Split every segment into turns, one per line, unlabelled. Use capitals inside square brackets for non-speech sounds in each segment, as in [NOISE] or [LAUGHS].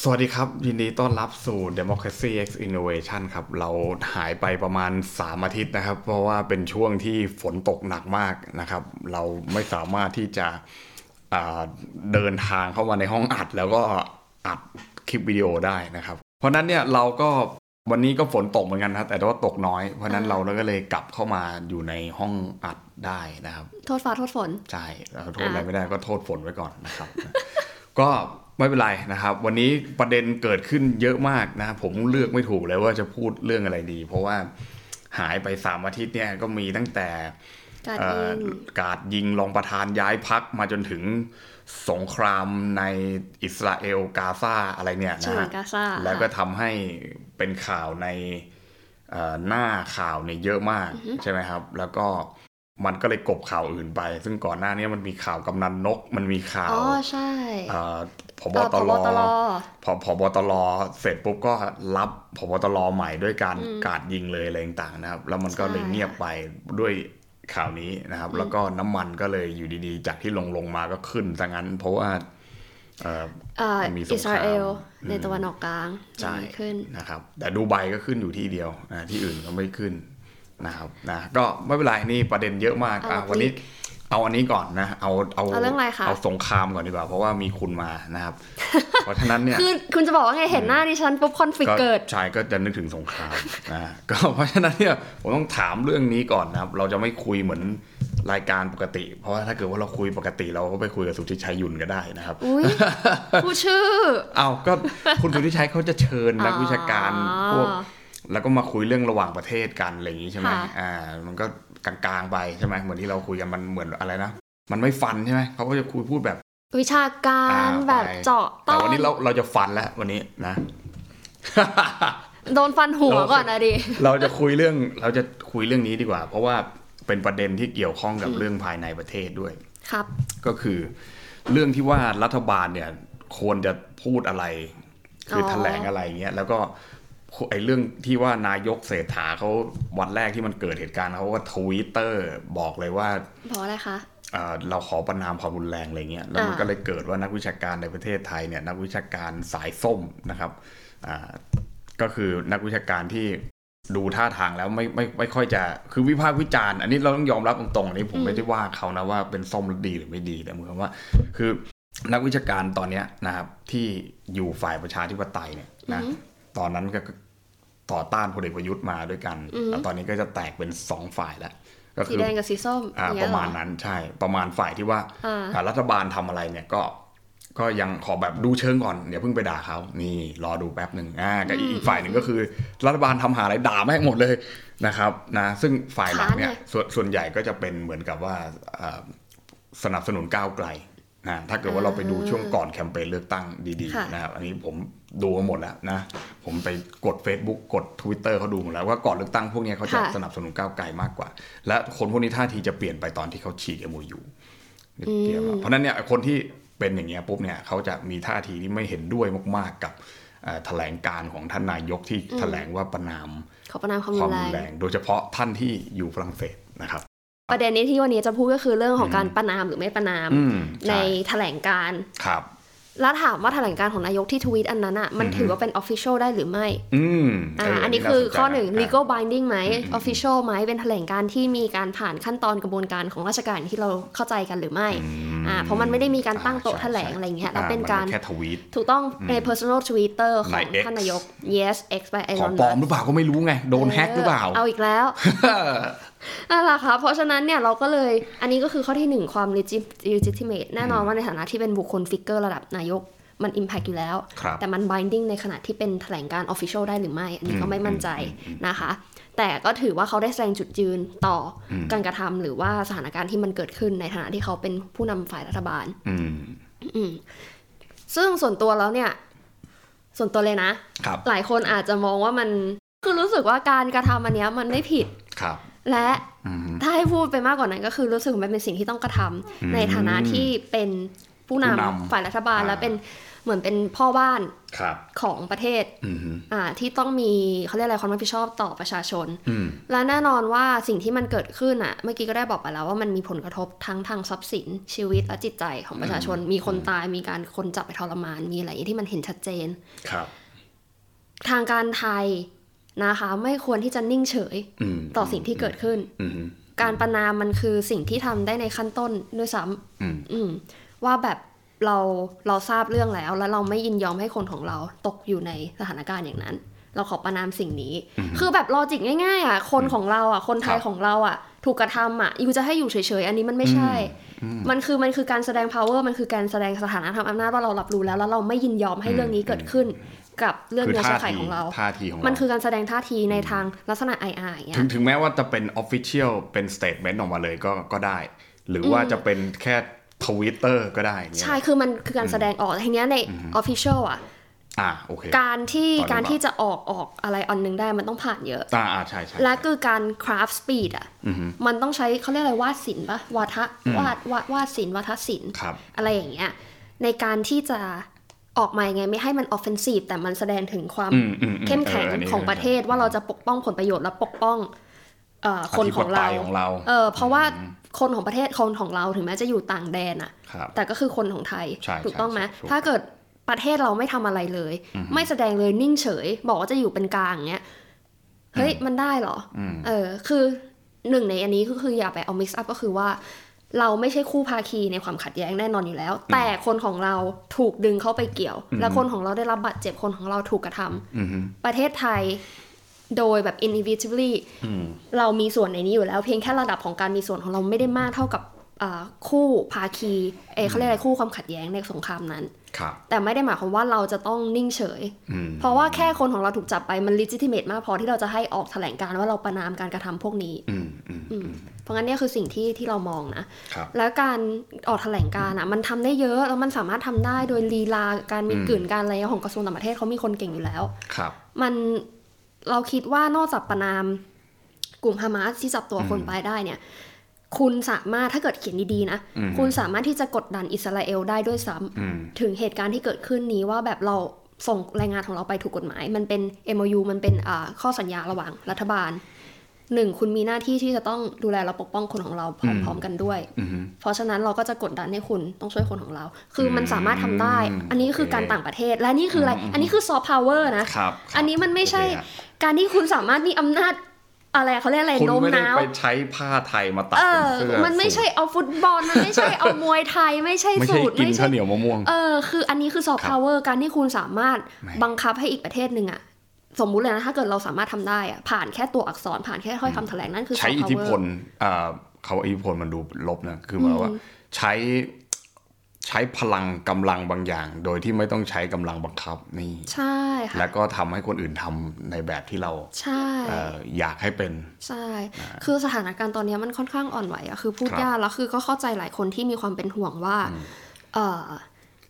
สวัสดีครับ ยินดีต้อนรับสู่ Democracy X Innovation ครับ เราหายไปประมาณ 3 อาทิตย์นะครับ เพราะว่าเป็นช่วงที่ฝนตกหนักมากนะครับ เราไม่สามารถที่จะอ่าเดินทางเข้ามาในห้องอัด แล้วก็อัดคลิปวิดีโอได้นะครับ เพราะฉะนั้นเนี่ยเราก็วันนี้ก็ฝนตกเหมือนกันนะแต่ว่าตกน้อย เพราะฉะนั้นเราก็เลยกลับเข้ามาอยู่ในห้องอัดได้นะครับ
โทษฟ้าโทษฝน
ใช่เราโทษอะไร
อ่ะ
ไม่ได้ก็โทษฝนไว้ก่อนนะครับ [LAUGHS] ก็ไม่เป็นไรนะครับ วันนี้ประเด็นเกิดขึ้นเยอะมากนะผมเลือกไม่ถูกเลยว่าจะพูดเรื่องอะไรดี เพราะว่าหายไปสามอาทิตย์เนี่ยก็มีตั้งแต่
การ
เอ่
ยิ
อง การยิงรองประธานย้ายพักมาจนถึงสงครามในอิสราเอลกาซาอะไรเนี่ย
ฉ
นะ
นว
ฮะ
นกาซา
แล้วก็ทำให้เป็นข่าวในเอ่อหน้าข่าวเนี่ยเยอะมากใช่ไหมครับ แล้วก็มันก็เลยกลบข่าวอื่นไป ซึ่งก่อนหน้านี้มันมีข่าวกำนันนก มันมีข่าว
อ๋อใช่
เอ่อพบ
เอ่อ
ตร
พบตร
พอพบตรเสร็จปุ๊บก็รับพบตรใหม่ด้วยการ
อืม
กราดยิงเลยอะไรต่างๆนะครับ แล้วมันก็เลย
ใช่
เงียบไปด้วยข่าวนี้นะครับ แล้วก็น้ำมันก็เลยอยู่ดีๆ จากที่ลงลงๆมาก็ขึ้นซะงั้น เพราะว่าเอ่อ
เอ่อ
มีสงคราม
อิสราเอล
อืม
ในตะวันออกกลาง
ใช่
เกิดขึ้น
นะครับแต่ดูไบก็ขึ้นอยู่ที่เดียวนะที่อื่นก็ไม่ขึ้นนะครับนะก็ไม่เป็นไรนี่ประเด็นเยอะมาก
เอา
อ่ะ
อีก
วันนี้เอาอันนี้ก่อนนะเอาเอา
เอาเรื่องอะไรคะ
เอาสงครามก่อนดีกว่า เพราะว่ามีคุณมา
[LAUGHS]
นะครับ เพราะฉะนั้นเนี่ย
คือคุณจะบอกว่าไงเห็นหน้าดิฉันปุ๊บคอนฟ lict เกิด
ชายก็จะนึกถึงสงครามนะ [LAUGHS] ก็เพราะฉะนั้นเนี่ยผมต้องถามเรื่องนี้ก่อนนะครับ เราจะไม่คุยเหมือนรายการปกติ เพราะว่าถ้าเกิดว่าเราคุยปกติเราก็ไปคุยกับสุทธิชัยยุนก็ได้นะครับ [LAUGHS]
อุ้ยผู้ชื่อ
เอาก็คุณสุทธิชัยเขาจะเชิญนักวิชาการพวก แล้วก็มาคุยเรื่องระหว่างประเทศกันอะไรอย่างนี้ใช่ไหม
ค่ะ
อ่า มันก็กลางๆไปใช่ไหมเหมือนที่เราคุยกันมันเหมือนอะไรนะ มันไม่ฟันใช่ไหมเขาก็จะคุยพูดแบบ
วิชาการ
อ่า
แบบ
ไป
เจาะต้
แต่
อ
วัน นนี้เราเราจะฟันแล้ววันนี้นะ
โดนฟันหัว
เรา
ก่อนนะดิ
เราจะคุยเรื่องเราจะคุยเรื่องนี้ดีกว่า เพราะว่าเป็นประเด็นที่เกี่ยวข้องกับเรื่องภายในประเทศด้วย
ครับ
ก็คือเรื่องที่ว่ารัฐบาลเนี่ยควรจะพูดอะไร คืออ
อ
แถลงอะไรเงี้ยแล้วก็ไอ้เรื่องที่ว่านายกเศรษฐาเขาวันแรกที่มันเกิดเหตุการณ์เขาก็ทวิตเตอร์บอกเลยว่า
บอกอะไรคะ
เอ่อเราขอประนามความรุนแรงอะไรเงี้ยแล้วมัน
อ่า
ก็เลยเกิดว่านักวิชาการในประเทศไทยเนี่ยนักวิชาการสายส้มนะครับอ่าก็คือนักวิชาการที่ดูท่าทางแล้วไม่ไม่ไม่ค่อยจะคือวิพากษ์วิจารณ์ อันนี้เราต้องยอมรับตรงๆอันนี้ผมไม่ได้ว่าเขานะว่าเป็นส้มหรือดีหรือไม่ดีแต่เหมือนกับว่า คือนักวิชาการตอนเนี้ยนะครับที่อยู่ฝ่ายประชาธิปไตยเนี่ยนะตอนนั้นก็ต่อต้านพลเอกประยุทธ์มาด้วยกัน
อือฮึ
แล้วตอนนี้ก็จะแตกเป็นสองฝ่ายแล้วก็
สี
คือ
แดงกับสีส้ม
อ่า
อย่ง
ป
เงี้ย
ระ
เหอ
มาณนั้นใช่ประมาณฝ่ายที่ว่า
อ่า
อ่ารัฐบาลทำอะไรเนี่ยก็ก็ยังขอแบบดูเชิงก่อนอย่าเพิ่งไปด่าเขานี่รอดูแป๊บหนึ่งอ่ากับอีกอีกฝ่ายหนึ่งก็คือ รัฐบาลทำหาอะไรด่าแม่งหมดเลยนะครับนะซึ่งฝ่ายหลักเนี่ยส่วนส่วนใหญ่ก็จะเป็นเหมือนกับว่าอ่า สนับสนุนก้าวไกลนะถ้าเกิดว่าเราไปดูช่วงก่อนแคมเปญเลือกตั้งดี
ค่ะ
ๆนะครับอันนี้ผมดูมาหมดแล้วนะผมไปกด Facebook กด Twitter เขาดูหมดแล้วว่าก่อนเลือกตั้งพวกเนี้ยเขาจะสนับสนุนก้าวไกลมากกว่า และคนพวกนี้ท่าทีจะเปลี่ยนไปตอนที่เขาฉีกเอโมยูเพราะฉะนั้นเนี่ยคนที่เป็นอย่างเงี้ยปุ๊บเนี่ยเขาจะมีท่าทีที่ไม่เห็นด้วยมากๆกับเอ่อแถลงการณ์ของท่านนายกที่แถลงว่าประนาม
ขอประนามความ
ค
รุ
วาม
น
รุน
แร
แรง ง โดยเฉพาะท่านที่อยู่ฝรั่งเศสนะครับ
ประเด็นนี้ที่วันนี้จะพูดก็คือเรื่องของการประนามหรือไม่ประนาม
อืม
ใน
ใช่
แถลงการณ์
ครับ
แล้วถามว่าแถลงการณ์ของนายกที่ทวีตอันนั้นอ่ะมัน
อือฮึ
ถือว่าเป็น Official ได้หรือไม่
อืม
อ่า
เ
อันนี้คือข้อ
สใจ
หนึ่ง
ะ
legal binding ไหม Official ไหมเป็นแถลงการณ์ที่มีการผ่านขั้นตอนกระบวนการของราชการอย่างที่เราเข้าใจกันหรือไม่อ่าเพราะมันไม่ได้มีการตั้งโต๊ะ
อ่า
แถลง
ใช่
อะไรอย่างเงี้ย
ใช่
แล้วเป็นการ
มัแค่ทวีต
ถูกต้องใน personal Twitter ข
ใน
อง
X
ท่านนายก yes x by
ขอ
Elon
งปลอม
Musk
หรือเปล่าก็ไม่รู้ไง โดนแฮกหรือเปล่า
เอาอีก
[LAUGHS]
แล้ว นั่นแหละค่ะ เพราะฉะนั้นเนี่ยเราก็เลย อันนี้ก็คือข้อที่หนึ่งความ legit- legitimate แน่นอนว่าในฐานะที่เป็นบุคคลฟิกเกอร์ระดับนายก มัน impact อยู่แล้ว
ครับ
แต่มัน binding ในขณะที่เป็นแถลงการ official ได้หรือไม่ อันนี้ก็ไม่มั่นใจนะคะ แต่ก็ถือว่าเขาได้แสดงจุดยืนต่ออ
ม
การกระทำหรือว่าสถานการณ์ที่มันเกิดขึ้นในฐานะที่เขาเป็นผู้นำฝ่ายรัฐบาล
อืม
อืมซึ่งส่วนตัวแล้วเนี่ย ส่วนตัวเลยนะ
ครับ
หลายคนอาจจะมองว่ามันคือรู้สึกว่าการกระทำอันเนี้ยมันไม่ผิด
ครับ
และ
อืม
ถ้าให้พูดไปมากกว่านั้นก็คือรู้สึกมันเป็นสิ่งที่ต้องกระทำในฐานะที่เป็นผู้นำ
ผู้นำ
ฝ่ายรัฐบาล
อ่า
และเป็น เหมือนเป็นพ่อบ้าน
ครับ
ของประเทศ
อืมฮึ
อ่าที่ต้องมีเขาเรียกอะไรความรับผิดชอบต่อประชาชน
อืม
และแน่นอนว่าสิ่งที่มันเกิดขึ้นอ่ะ เมื่อกี้ก็ได้บอกไปแล้วว่ามันมีผลกระทบทั้งทางทรัพย์สินชีวิตและจิตใจของประชาชน มีคนตายมีการคนจับไปทรมาน มีอะไรอย่างที่มันเห็นชัดเจน
ครับ
ทางการไทยนะคะไม่ควรที่จะนิ่งเฉย
อืม
ต่อสิ่งที่เกิดขึ้น
อืมฮึ
การประนามมันคือสิ่งที่ทำได้ในขั้นต้นด้วยซ้ำ
อืม
อืมว่าแบบเราเราทราบเรื่องแล้ว แล้วเราไม่ยินยอมให้คนของเราตกอยู่ในสถานการณ์อย่างนั้น เราขอประนามสิ่งนี้ คือแบบลอจิกง่ายๆอ่ะคนของเราอ่ะคนไทย
ครับ
ของเราอ่ะ ถูกกระทำอ่ะอยู่จะให้อยู่เฉยๆอันนี้มันไม่ใช่
อืมอืม
มันคือมันคือการแสดง power มันคือการแสดงสถานะทางอำนาจว่าเรารับรู้แล้วแล้วเราไม่ยินยอมให้เรื่องนี้เกิดขึ้น กับเรื่อง
คือ
เนื้อ
ท่า
เชื้อไข
ที
ของเรา
ท่าทีของเรา
มัน
ม
คือการแสดงท่าทีในทางลักษณะ IR อย่างเงี้
ถึ
ย
งถึงแม้ว่าจะเป็นออฟฟิเชียลเป็นสเต t เมนต์ออกมาเลยก็ก็ได้ หรือว่าจะเป็นแค่ทวิตเตอร์ก็ได้อย่างเงี้ย
ใช่คือมันคือการแสดงออกทีเนี้ยใน official อ่ะ
อ่าโอเค
การที่
ต่อเลย
การ
ปะ
ที่จะออกออกอะไรอันหนึงได้มันต้องผ่านเยอะ
อ่าอ่าใช่ใช่
และ
ใช่
คือการคราฟสปีดอ่ะ
อืมฮึ
มันต้องใช้เขาเรียกอะไรวาดศิลป์ปะวาทะ
อืม
วาดวาดวาดศิลป์วาทศิลป์
ครับ
อะไรอย่างเงี้ยในการที่จะออกมายังไงไม่ให้มันออฟเฟนซีฟแต่มันแสดงถึงความ
อืมอืมอืม
เข้มแข็ง
เนนี้
ของประเทศว่าเราจะปกป้องผลประโยชน์และปกป้องเอ่อคนของเรา
ธิปไตยของเรา
เออเพราะว่าคนของประเทศคนของเราถึงแม้จะอยู่ต่างแดนอ่ะ
ครับ
แต่ก็คือคนของไทย
ใช่
ถูกต้องไหม
ใช่ใช่ถูก
ถ้าเกิดประเทศเราไม่ทำอะไรเลย ไม่แสดงเลยนิ่งเฉย บอกว่าจะอยู่เป็นกลางเงี้ยเฮ้ยมันได้เหรออ
ม
เออ คือหนึ่งในอันนี้ก็คืออย่าไปเอา mix up ก็คือว่า เราไม่ใช่คู่ภาคีในความขัดแย้งแน่นอนอยู่แล้ว แต่คนของเราถูกดึงเข้าไปเกี่ยว และคนของเราได้รับบาดเจ็บคนของเราถูกกระทำ
อืมฮึ
ประเทศไทยโดยแบบ individually
อืม
เรามีส่วนในนี้อยู่แล้ว เพียงแค่ระดับของการมีส่วนของเราไม่ได้มากเท่ากับอ่าคู่ภาคีเอยเขาเรียกอะไรคู่ความขัดแย้งในสงครามนั้น
ครับ
แต่ไม่ได้หมายความว่าเราจะต้องนิ่งเฉย
อืม
เพราะว่าแค่คนของเราถูกจับไปมัน legitimate มากพอที่เราจะให้ออกแถลงการณ์ว่าเราประนามการกระทำพวกนี้
อืมอืม
อืมเพราะงั้นเนี่ยคือสิ่งที่ที่เรามองนะ
ครับ
แล้วการออกแถลงการณ์อ่ะมันทำได้เยอะแล้วมันสามารถทำได้โดยลีลาการมี
อืม
กลืนการอะไรของกระทรวงต่างประเทศเขามีคนเก่งอยู่แล้ว
ครับ
มันเราคิดว่านอกจากประนามกลุ่มฮามาสที่จับตัวคน
อืม
ไปได้เนี่ย คุณสามารถถ้าเกิดเขียนดีๆนะ
อืม
คุณสามารถที่จะกดดันอิสราเอลได้ด้วยซ้ำ
อืม
ถึงเหตุการณ์ที่เกิดขึ้นนี้ว่าแบบเราส่งแรงงานของเราไปถูกกฎหมาย มันเป็น MOU มันเป็นอ่าข้อสัญญาระหว่างรัฐบาลหนึ่งคุณมีหน้าที่ที่จะต้องดูแลและปกป้องคนของเราพร้อมๆกันด้วย
อืมฮึ
เพราะฉะนั้นเราก็จะกดดันให้คุณต้องช่วยคนของเรา คือมันสามารถทำได้
อืม
อันนี้คือการ
โอเค
ต่างประเทศ และนี่คืออะไร อันนี้คือซอฟต์พาวเวอร์นะ
ครับครับ
อันนี้มันไม่ใช่
โอเคฮะ
การที่คุณสามารถมีอำนาจอะไรเขาเรียกอะไร
คุณ
โน้ม
ไม่ได้
น้าว
ไปใช้ผ้าไทยมาตัด
เอ
เป็น
อ
เสื้อ
มันไม่ใช่เอาฟุตบอล มันไม่ใช่เอามวยไทย ไม่ใช่
ไม่ใช่
สูตร
กิน
ไม่
ข้า
ใช่
วเหนียวมะม่วง
เออ คืออันนี้คือซอฟ
ครับ
ต์พาวเวอร์การที่คุณสามารถ
แหม่
บังคับให้อีกประเทศหนึ่งอะสมมุติเลยนะถ้าเกิดเราสามารถทำได้อะผ่านแค่ตัวอักษรผ่านแค่ถ้อยคำแถลงนั่นคือซอ
ใช้
ฟต์
อิท
พาว
ธิ
เว
พ
อ
ล
ร์
อ่าเขาว่าอิทธิพลมันดูลบนะ คือหมายว่า ใช้ใช้พลังกำลังบางอย่าง โดยที่ไม่ต้องใช้กำลังบังคับนี่
ใช่ค่ะ
แล้วก็ทำให้คนอื่นทำในแบบที่เรา
ใช่
เอ่ออยากให้เป็น
ใช่ คือสถานการณ์ตอนเนี้ยมันค่อนข้างอ่อนไหวอะคือพูด
ครับ
ยากแล้วคือก็เข้าใจหลายคนที่มีความเป็นห่วงว่า เอ่อ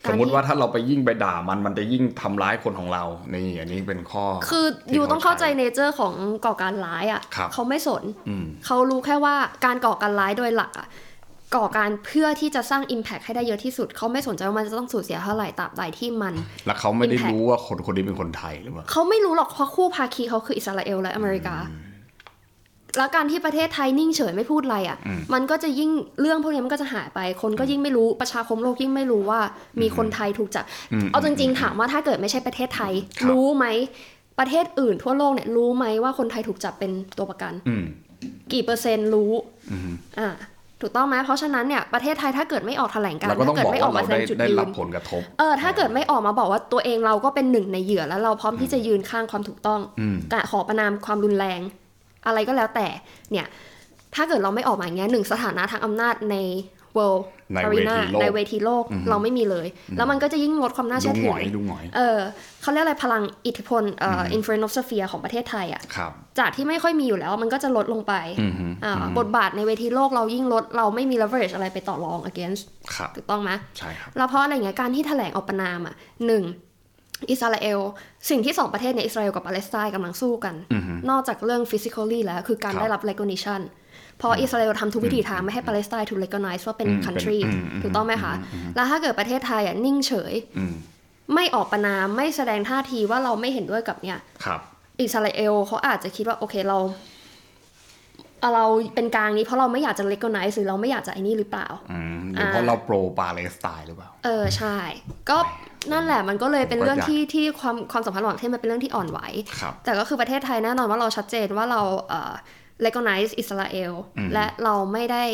สม
กร
มติ
ที่
ว่าถ้าเราไปยิ่งไปด่ามันมันจะยิ่งทำร้ายคนของเรา นี่อันนี้เป็นข้อ
คืออยู่ต้องเข้าใจเนเจอร์ของก่อการร้ายอ่ะ
ครับ
เขาไม่สน
อืม
เขารู้แค่ว่าการก่อการร้ายโดยหลักอ่ะก่อการเพื่อที่จะสร้าง Impact ให้ได้เยอะที่สุด เขาไม่สนใจว่ามันจะต้องสูญเสียเท่าไหร่ตราบใดที่มัน
แล้วเขาไม่ได้
impact
รู้ว่าคนคนนี้เป็นคนไทยหรือเปล่า
เขาไม่รู้หรอกเพราะคู่ภาคีเขาคืออิสราเอลและอเมริกา แล้วการที่ประเทศไทยนิ่งเฉยไม่พูดอะไรอ่ะ
อืม
มันก็จะยิ่งเรื่องพวกนี้มันก็จะหายไป คนก็ยิ่งไม่รู้ประชาคมโลกยิ่งไม่รู้ว่ามีคนไทยถูกจับ
ม
เอาจริงๆถามว่าถ้าเกิดไม่ใช่ประเทศไทย
ครับ
รู้ไหมประเทศอื่นทั่วโลกเนี่ยรู้ไหมว่าคนไทยถูกจับเป็นตัวประกัน
อืม
กี่เปอร์เซ็นต์รู้
อืม
อ่าถูกต้องไหมเพราะฉะนั้นเนี่ยประเทศไทยถ้าเกิดไม่ออกแถลงการ
เรา
ณ์
ก็ต้อ
ถ้าง เกิด
บอก
ไม่ออ
ว่าก เรา
มาแสด
ได้
งจุด
ได้
ยื
รั
น
บผลกระทบ
เออถ้าเกิดไม่ออกมาบอกว่าตัวเองเราก็เป็นหนึ่งในเหยื่อแล้วเราพร้อมที่จะยืนข้างความถูกต้อง
อืม
แต่ขอประนามความรุนแรง อะไรก็แล้วแต่เนี่ยถ้าเกิดเราไม่ออกมาอย่างเงี้ยหนึ่งสถานะทางอำนาจใน world
ในเว
arena
ทีโลก
ในเวทีโลกเราไม่มีเลย แล้วมันก็จะยิ่งลดความน่า
ดู
เชื่อ
ห
ถื
ง
อ
อยดูหงอย
เออเขาเรียกอะไรพลังอิทธิพลเอ่ออินฟลูเอนซ์สเฟียของประเทศไทยอะ่ะ
ครับ
จากที่ไม่ค่อยมีอยู่แล้วมันก็จะลดลงไป
อืมฮึ
อ่าบทบาทในเวทีโลกเรายิ่งลด เราไม่มี leverage อะไรไปต่อรอง against
ครับ
ถูกต้องไหม
ใช่ครับ
แล้วเพราะอะไรเงี้ยการที่แถลงออกประนามอะ่ะหนึ่งอิสราเอล สิ่งที่สองประเทศเนี่ยอิสราเอลกับปาเลสไตน์กำลังสู้กัน
อืมฮึ
นอกจากเรื่อง physically แล้วคือการ
ครับ
ได้รับ recognition เพราะอิสราเอลทำทุกวิธีทางไม่ให้ปาเลสไตน์ถูก recognize ว่าเป็น
อืมเป็น
country
อืมอืม
ถูกต้องไหมคะแล้วถ้าเกิดประเทศไทยอ่ะนิ่งเฉย
อืม
ไม่ออกประนามไม่แสดงท่าทีว่าเราไม่เห็นด้วยกับเนี่ย
ครับ
อิสราเอลเขาอาจจะคิดว่า โอเคเราเราเป็นกลางนี้เพราะเราไม่อยากจะเล็กก็ไนหรือเราไม่อยากจะไอ้นี่หรือเปล่า
อืมหรืออา เพราะเราโปรปาเลสไตน์หรือเปล่า
เออใช่ ก็นั่นแหละมันก็เลยเป็นเรื่อง
ผมก็อยาก
ที่ที่ความความสัมพันธ์ระหว่างประเทศมันเป็นเรื่องที่อ่อนไหว
ครับ
แต่ก็คือประเทศไทยแน่นอนว่าเราชัดเจนว่าเราเอ่อ recognize อิสราเอล
อืม
และเราไม่ได้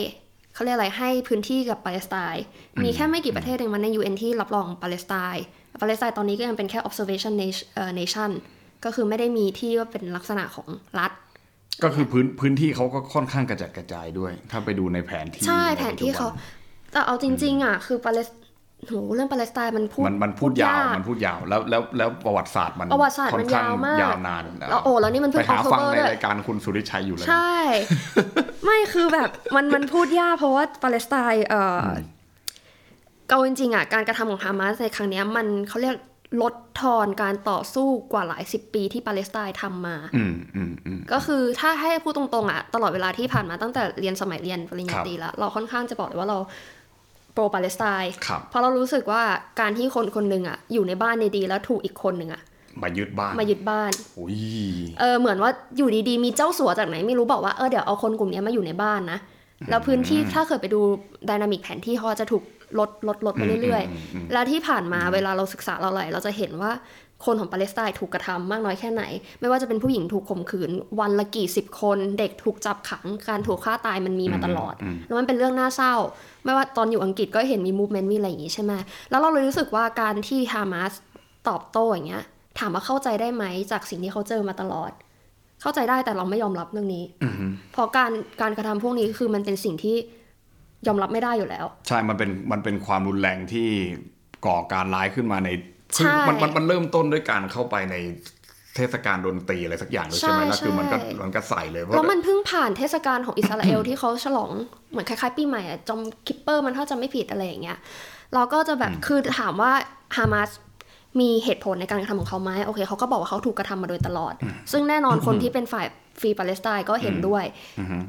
เขาเรียกอะไรให้พื้นที่กับปาเลสไตน์มีแค่ไม่กี่ประเทศเองมันใน UN ที่รับรองปาเลสไตน์ปาเลสไตน์ตอนนี้ก็ยังเป็นแค่ observation nation- เอ่อ nation ก็คือไม่ได้มีที่ว่าเป็นลักษณะของรัฐ
ก็คือพื้นพื้นที่เขาก็ค่อนข้างกระจัดกระจายด้วย ถ้าไปดูในแผนที่
ใช่
ใ
แผนที่เขา
ปัจจุ
แต่เอาจริง ๆ อ่ะ คือปาเลสโหเรื่องปาเลสไตน์มันพูด
บันมันมันพูดยาวมันพูดยาวแล้วแล้วแล้วประวัติศาสตร์มัน
ประวัติศาสตร์
ค่
มั
อน
น
ข้าง
ยาวมาก
ยาวนาน
แล้วโอ้แล้วนี่มัน
ไป
เพิ่งอ
หา
อกโท
ฟัง
เบอร์
ใน
ด้วย
รายการคุณสุริชัยอยู่เลย
ใช่
[LAUGHS]
ไม่คือแบบมันมันพูดยากเพราะว่าปาเลสไตน์เอ่ออเอาจริงๆอ่ะการกระทำของฮามาสในครั้งเนี้ยมันเขาเรียกลดทอนการต่อสู้กว่าหลายสิบปีที่ปาเลสไตน์ทำมา
อืมอืมอืม
ก็คือถ้าให้พูดตรงๆอ่ะตลอดเวลาที่ผ่านมาตั้งแต่เรียนสมัยเรียนปริญญา
ครับ
ตรีแล้ว เราค่อนข้างจะบอกเลยว่าเราโปรปาเลสไตน์
ครับ
เพราะเรารู้สึกว่าการที่คนคนหนึ่งอ่ะอยู่ในบ้านดีๆแล้วถูกอีกคนหนึ่งอ่ะ
มายึดบ้าน
มายึดบ้าน
โอ้ย
เออเหมือนว่าอยู่ดีๆ มีเจ้าสัวจากไหนไม่รู้บอกว่าเออเดี๋ยวเอาคนกลุ่มเนี้ยมาอยู่ในบ้านนะ แล้วพื้นที่ถ้าเคยไปดูดินามิกแผนที่เขาจะถูกลดลดลดไปเรื่อย
อืมอืมอืม
ๆ แล้วที่ผ่านมาเวลาเราศึกษาเราอะไรเราจะเห็นว่าคนของปาเลสไตน์ถูกกระทำมากน้อยแค่ไหน ไม่ว่าจะเป็นผู้หญิงถูกข่มขืน วันละกี่สิบคน เด็กถูกจับขังการถูกฆ่าตายมันมีมาตลอด แล้วมันเป็นเรื่องน่าเศร้า ไม่ว่าตอนอยู่อังกฤษก็เห็นมีมูฟเมนต์มีอะไรอย่างงี้ใช่ไหมแล้วเราเลยรู้สึกว่าการที่ฮามาสตอบโต้อย่างเงี้ย ถามว่าเข้าใจได้ไหมจากสิ่งที่เขาเจอมาตลอด เข้าใจได้แต่เราไม่ยอมรับเรื่องนี้
อือฮึ
เพราะการการกระทำพวกนี้คือมันเป็นสิ่งที่ยอมรับไม่ได้อยู่แล้ว
ใช่มันเป็นมันเป็นความรุนแรงที่ก่อการร้ายขึ้นมาในคือ
ใช่
มันมันมันเริ่มต้นด้วยการเข้าไปในเทศกาลดนตรีอะไรสักอย่างด้วยใช่ไหม
ใช่
แล้วคือมันก็
ใช่
มันก็ใส่เลยเพราะ
แล้วมันเพิ่งผ่านเทศกาลของอิสราเอล ที่เขาฉลองเหมือนคล้ายๆ ปีใหม่อะจอมคิปเปอร์มันถ้าจะไม่ผิดอะไรอย่างเงี้ยเราก็จะแบบคือถามว่าฮามาสมีเหตุผลในการกระทำของเขาไหมโอเคเขาก็บอกว่าเขาถูกกระทำมาโดยตลอด ซึ่งแน่นอนคนที่เป็นฝ่ายฟรีปาเลสไตน์ก็เห็นด้วย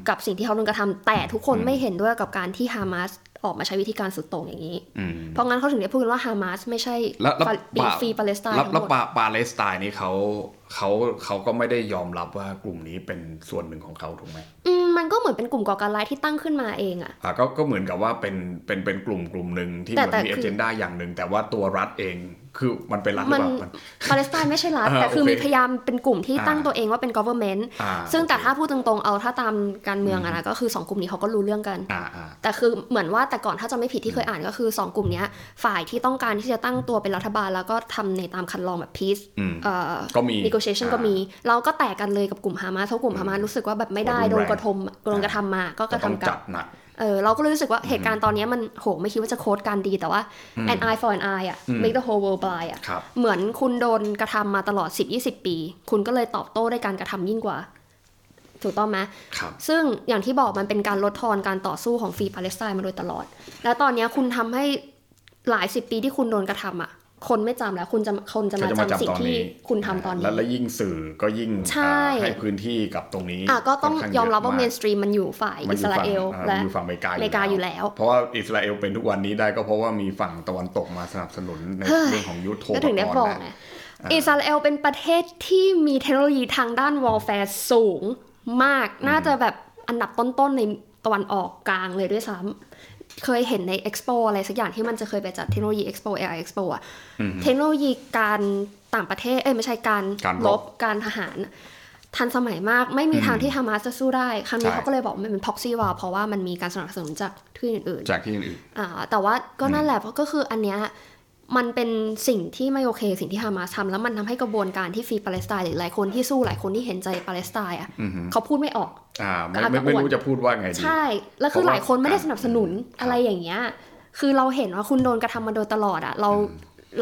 กับสิ่งที่เขาโดนกระทำแต่ทุกคนไม่เห็นด้วยกับการที่ฮามาสออกมาใช้วิธีการสุดโต่งอย่างนี้
อืม
เพราะงั้นเขาถึงได้พูดกันว่าฮามาสไม่ใช่
แล้วแล้ว
ปีฟรีปาเลสไตน์
แล้ว
ทั้งห
แล้ว
มด
ปาปาเลสไตน์นี่เขาเขาเขาก็ไม่ได้ยอมรับว่ากลุ่มนี้เป็นส่วนหนึ่งของเขาถูกไหม
อืมมันก็เหมือนเป็นกลุ่มก่อการร้ายที่ตั้งขึ้นมาเองอะ
อ่าก็ก็เหมือนกับว่าเป็นเป็นเป็นกลุ่มกลุ่มหนึ่งที่
แต่
มันมี
แต่
เอ
คือ
เจนดาอย่างหนึ่งแต่ว่าตัวรัฐเองคือมันเป็นรัฐหรื
มั
อน เปล่ามัน
ปาเลสไตน์ไม่ใช่รัฐ
อ่า
แต่คือ
โอเค
มีพยายามเป็นกลุ่มที่
อ่า
ตั้งตัวเองว่าเป็น government
อ่า
ซึ่งแต่
โอเค
ถ้าพูดตรงๆเอาถ้าตามการเมืองอะนะก็คือสองกลุ่มนี้เขาก็รู้เรื่องกัน
อ่าอ่า
แต่คือเหมือนว่าแต่ก่อนถ้าจะไม่ผิดที่เคยอ่านก็คือสองกลุ่มเนี้ยฝ่ายที่ต้องการที่จะตั้งตัวเป็นรัฐบาล แล้วก็ทำในตามคันลองแบบ peace
อืม
เอ่อ
ก็มี
negotiation
อ่า
ก็มีเราก็แตกกันเลยกับกลุ่มฮามาสเพราะกลุ่มฮามาสรู้สึกว่าแบบไม่ได้
รุ
โด
นแรง
นกระทมโดนกระทำมาก็ก
ก็
ระ
ต้อง
ทำกลั
จั
บ
ดหนัก
เออเราก็เลยรู้สึกว่าเหตุการณ์ตอนเนี้ยมันโหไม่คิดว่าจะโค้ดการดีแต่ว่า an eye for an eye อะ
อืม
make the whole world blind อะ
ครับ
เหมือนคุณโดนกระทำมาตลอด 10 20 ปี คุณก็เลยตอบโต้ด้วยการกระทำยิ่งกว่า ถูกต้องไหม
ครับ
ซึ่งอย่างที่บอกมันเป็นการลดทอนการต่อสู้ของฟรีปาเลสไตน์มาโดยตลอด และตอนเนี้ยคุณทำให้หลายสิบปีที่คุณโดนกระทำอ่ะ คนไม่จำแล้วคุณจะคนจะมา
ก็
จำสิ่งที่คุณทำตอน
แล้ว
นี้
แล้วยิ่งสื่อก็ยิ่ง
ใช่
อ่าให้พื้นที่กับตรงนี้
อ่ะก็ต้อง
ค่นข้
ยอมรับว่า
ะ
เมนสตรีมมันอยู่ฝ่าย
มัน
อิสราเอล
ฝั่
และ
งาอยู่ฝั่งอเมริกา
อเมริกาอยู่แล้ว
เพราะว่าอิสราเอลเป็นทุกวันนี้ได้ก็เพราะว่ามีฝั่งตะวันตกมาสนับสนุนใน
เฮ้ย
เรื่องของยุทโธป
ก็
ก
ถึงได้บอ
ร
ก
ณ์
ไง
นะ
อิสราเอลเป็นประเทศที่มีเทคโนโลยีทางด้านวอลแฟร์สูงมาก น่าจะแบบอันดับต้นๆในตะวันออกกลางเลยด้วยซ้ำเคยเห็นใน Expo อะไรสักอย่างที่มันจะเคยไปจัดเทคโนโลยี Expo AI Expo อะเทคโนโลยีการต่างประเทศ เอ้ยไม่ใช่การ
การ
ล
ร
บบ การทหาร ทันสมัยมากไม่มีทางที่ฮามาสจะสู้ได้ ครั้งนี้
ใช่
เขาก็เลยบอกมันเป็นพ็อกซี่วาเพราะว่ามันมีการสนับสนุนจากที่อื่นๆ
จากที่อื่น
อ่าแต่ว่าก็นั่นแหละเพราะก็คืออันเนี้ยมันเป็นสิ่งที่ไม่โอเค สิ่งที่ฮามาสทำแล้วมันทำให้กระบวนการที่ฟรีปาเลสไตน์หรือหลายคนที่สู้หลายคนที่เห็นใจปาเลสไตน์อ่ะ
อือฮึ
เขาพูดไม่ออก
ๆอ่าไม่
อาจจะ
ไม่ไม่
อวด
รู้จะพูดว่าไงดี
ใช่ แล้วคือ
เพราะว่า
หลายคนไม่ได้สนับสนุน
ครับ
อะไรอย่างเงี้ยคือเราเห็นว่าคุณโดนกระทำมาโดยตลอดอ่ะเรา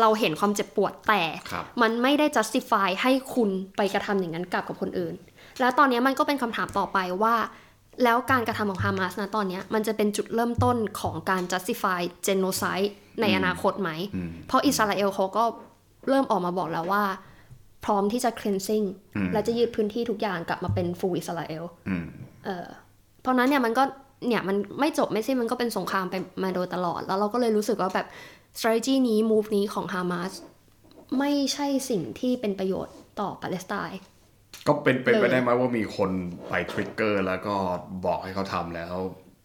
เราเห็นความเจ็บปวดแต่
ครับ
มันไม่ได้ justify ให้คุณไปกระทำอย่างนั้นกับกับคนอื่น แล้วตอนนี้มันก็เป็นคำถามต่อไปว่า แล้วการกระทำของฮามาสนะตอนนี้มันจะเป็นจุดเริ่มต้นของการ justify genocide ในอนาคตไหม
อืม
เพราะอิสราเอลเขาก็เริ่มออกมาบอกแล้วว่า พร้อมที่จะ cleansing
อืม
และจะยึดพื้นที่ทุกอย่างกลับมาเป็น full อิสราเอล
อืม
เออเพราะนั้นเนี่ยมันก็เนี่ยมันไม่จบไม่สิ้นมันก็เป็นสงครามไปมาโดยตลอด แล้วเราก็เลยรู้สึกว่าแบบ strategy นี้ move นี้ของฮามาส ไม่ใช่สิ่งที่เป็นประโยชน์ต่อปาเลสไตน์
ก็เป็นเป็นไป
เลย
ได้ไหมว่ามีคนไปทริกเกอร์แล้วก็บอกให้เขาทำแล้ว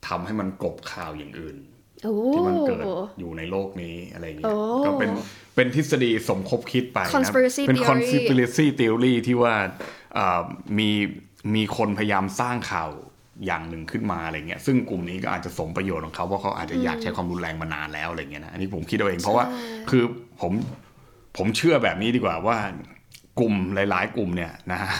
ทำให้มันกลบข่าวอย่างอื่น
โอ้
ที่มันเกิดอยู่ในโลกนี้อะไรอย่างเงี้ย
โอ้
ก็เป็นเป็นทฤษฎีสมคบคิดไปนะ
Conspiracy
เป็น
theory
conspiracy theory ที่ว่าอ่ามีมีคนพยายามสร้างข่าวอย่างหนึ่งขึ้นมาอะไรเงี้ยซึ่งกลุ่มนี้ก็อาจจะสมประโยชน์ของเขาเพราะเขาอาจจะอยากใช้ความรุนแรงมานานแล้วอะไรเงี้ยนะอันนี้ผมคิดเอาเองเพราะว่า
ใช่
คือผมผมเชื่อแบบนี้ดีกว่าว่ากลุ่มหลาย ๆ กลุ่มเนี่ยนะฮ [LAUGHS] ะ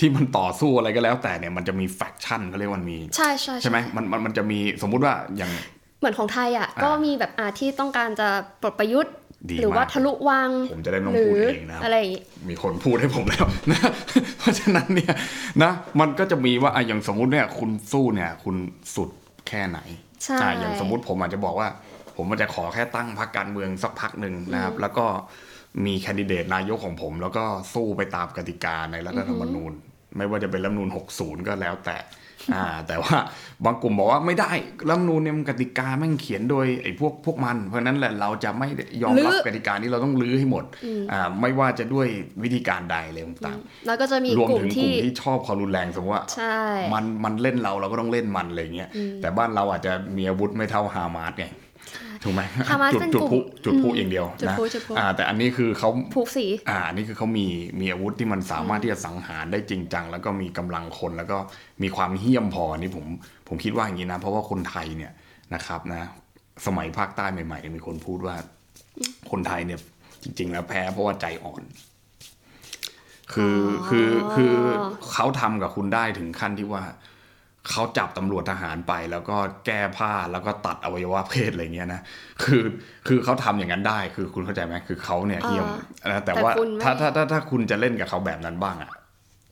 ที่มันต่อสู้อะไรก็แล้วแต่เนี่ยมันจะมีแฟคชั่นเขาเรียกว่ามันมี
ใช่ใช่
ใช่ไหมมันมันมันจะมีสมมุติว่าอย่าง
เหมือนของไทยอ่ะก็มีแบบอาที่ต้องการจะปลดประยุทธ์
ดี
หรือว่า
าก
ทะลุวัง
ผมจะได้ไม่
ห
ต้อง
รื
พูดเองนะครับ
อะไรอย่างงี้
มีคนพูดให้ผมแล้ว [LAUGHS] นะ เพราะฉะนั้นเนี่ยนะ มันก็จะมีว่าอ่ะอย่างสมมุติเนี่ย คุณสู้เนี่ย คุณสุดแค่ไหน
ใช่
อ่ะอย่างสมมุติผมอาจจะบอกว่า ผมอาจจะขอแค่ตั้งพรรคการเมืองสักพักหนึ่งนะครับ แล้วก็มีแคนดิเดตนายกของผม แล้วก็สู้ไปตามกติกาในรัฐธรรมนูญ ไม่ว่าจะเป็นรัฐธรรมนูญ60 ก็แล้วแต่ อ่า แต่ว่าบางกลุ่มบอกว่าไม่ได้รัฐธรรมนูญเนี่ยมันกติกาแม่งเขียนโดยไอ้พวกพวกมัน เพราะฉะนั้นแหละเราจะไม่ยอมรับกติกานี้เราต้องรื้อให้หมด อ่า ไม่ว่าจะด้วยวิธีการใดเลยต่าง
แล้วก็จะมี
ๆรวม
กลุ่ม
ถึงกลุ่
ที่
มที่ชอบความรุนแรงสมมติว่า
ใช่
มันมันเล่นเราเราก็ต้องเล่นมันอะไรเงี้ยแต่บ้านเราอาจจะมีอาวุธไม่เท่าฮามาสไงถูกไหม
ฮามาส
จุด
เป็น
จุด
กลุ่ม
พลุจุดพลุ
ม
อย่างเดียว
จุด
นะ
พลุจุดพลุ
อ่า แต่อันนี้คือเขา
ผูกสี
อ่าอันนี้คือเขามีมีอาวุธที่มันสามารถที่จะสังหารได้จริงจังแล้วก็มีกำลังคนแล้วก็มีความเหี้ยมพออันนี่ผมผมคิดว่าอย่างนี้นะ เพราะว่าคนไทยเนี่ยนะครับนะ สมัยภาคใต้ใหม่ๆมีคนพูดว่า คนไทยเนี่ยจริง ๆ แล้วแพ้เพราะว่าใจอ่อน คืออคือคือเขาทำกับคุณได้ถึงขั้นที่ว่า เขาจับตำรวจทหารไปแล้วก็แก้ผ้าแล้วก็ตัดอวัยวะเพศอะไรเงี้ยนะคือคือเขาทำอย่างนั้นได้คือคุณเข้าใจไหมคือเขาเนี่ยเอี่ยมนะแต่ว่า
แต่คุณไม่
ถ้าถ้าถ้าถ้าคุณจะเล่นกับเขาแบบนั้นบ้างอะ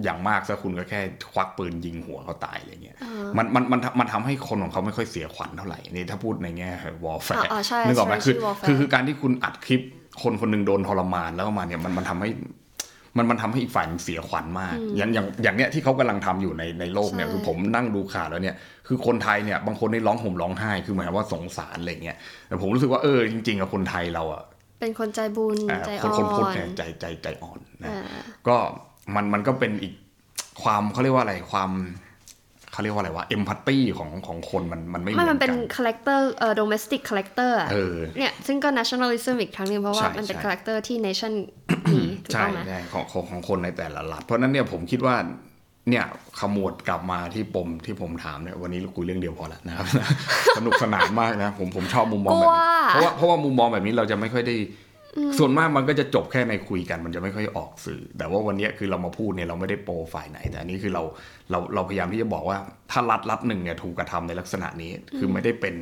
อย่างมากซะคุณก็แค่ควักปืนยิงหัวเขาตายอะไรเงี้ยมันมันมันมันทำให้คนของเขาไม่ค่อยเสียขวัญเท่าไหร่นี่ถ้าพูดในแง่วอลแฟร์
อ่าๆใช่
นึกออกไหม
ใช่
คือ
ใช่ warfare
คือคือการที่คุณอัดคลิปคนคนหนึงโดนทรมานแล้วมาเนี่ยมันมันทำให้ มันมันทำให้อีกฝ่ายมันเสียขวัญมาก อย่างอย่างอย่างเนี้ยที่เขากำลังทำอยู่ในในโลกเนี่ย
ใช่
คือผมนั่งดูข่าวแล้วเนี่ยคือคนไทยเนี่ยบางคนได้ร้องห่มร้องไห้คือหมายความว่าสงสารอะไรเงี้ยแต่ผมรู้สึกว่าเออจริงๆกับคนไทยเราอะ
เป็นคนใจบุญ
อ่ะ
ใจ
ค
อ่
น
อ
คนพุทธ
น
เนี่ยใจใจใจอ่อนนะ
อ่า
ก็มันมันก็เป็นอีกความเขาเรียกว่าอะไรความเขาเรียกว่าอะไรวะเอมพัตตีของของคนมันมันไม่เหมื
ไม่
อน
มันเป็
กัน น
คาแรคเตอร์เอ่อ domestic character อะ
เออ
เนี่ยซึ่งก็ nationalism อีกครั้งหนึงเพราะว่า
ใช่
มันเป็น
ใช่
คาแรคเตอร์ที่ nation มีถูก
ใช่
ต้องไหม
ใช่ของของของคนในแต่ละรัฐเพราะฉะนั้นเนี่ยผมคิดว่าเนี่ยขมวดกลับมาที่ปมที่ผมถามเนี่ยวันนี้เราคุยเรื่องเดียวพอละนะครับ [LAUGHS] สนุกสนานมากนะผมผมชอบมุมมองแบบนี้
ก
เพ
ลัว
ราะว่าเพราะว่ามุมมองแบบนี้เราจะไม่ค่อยได้ ส่วนมากมันก็จะจบแค่ในคุยกันมันจะไม่ค่อยออกสื่อ แต่ว่าวันเนี้ยคือเรามาพูดเนี่ยเราไม่ได้โปรฝ่ายไหน แต่อันนี้คือเราเราเราพยายามที่จะบอกว่าถ้ารัฐรัฐหนึ่งเนี่ยถูกกระทำในลักษณะนี้ คือไม่ได้เป็น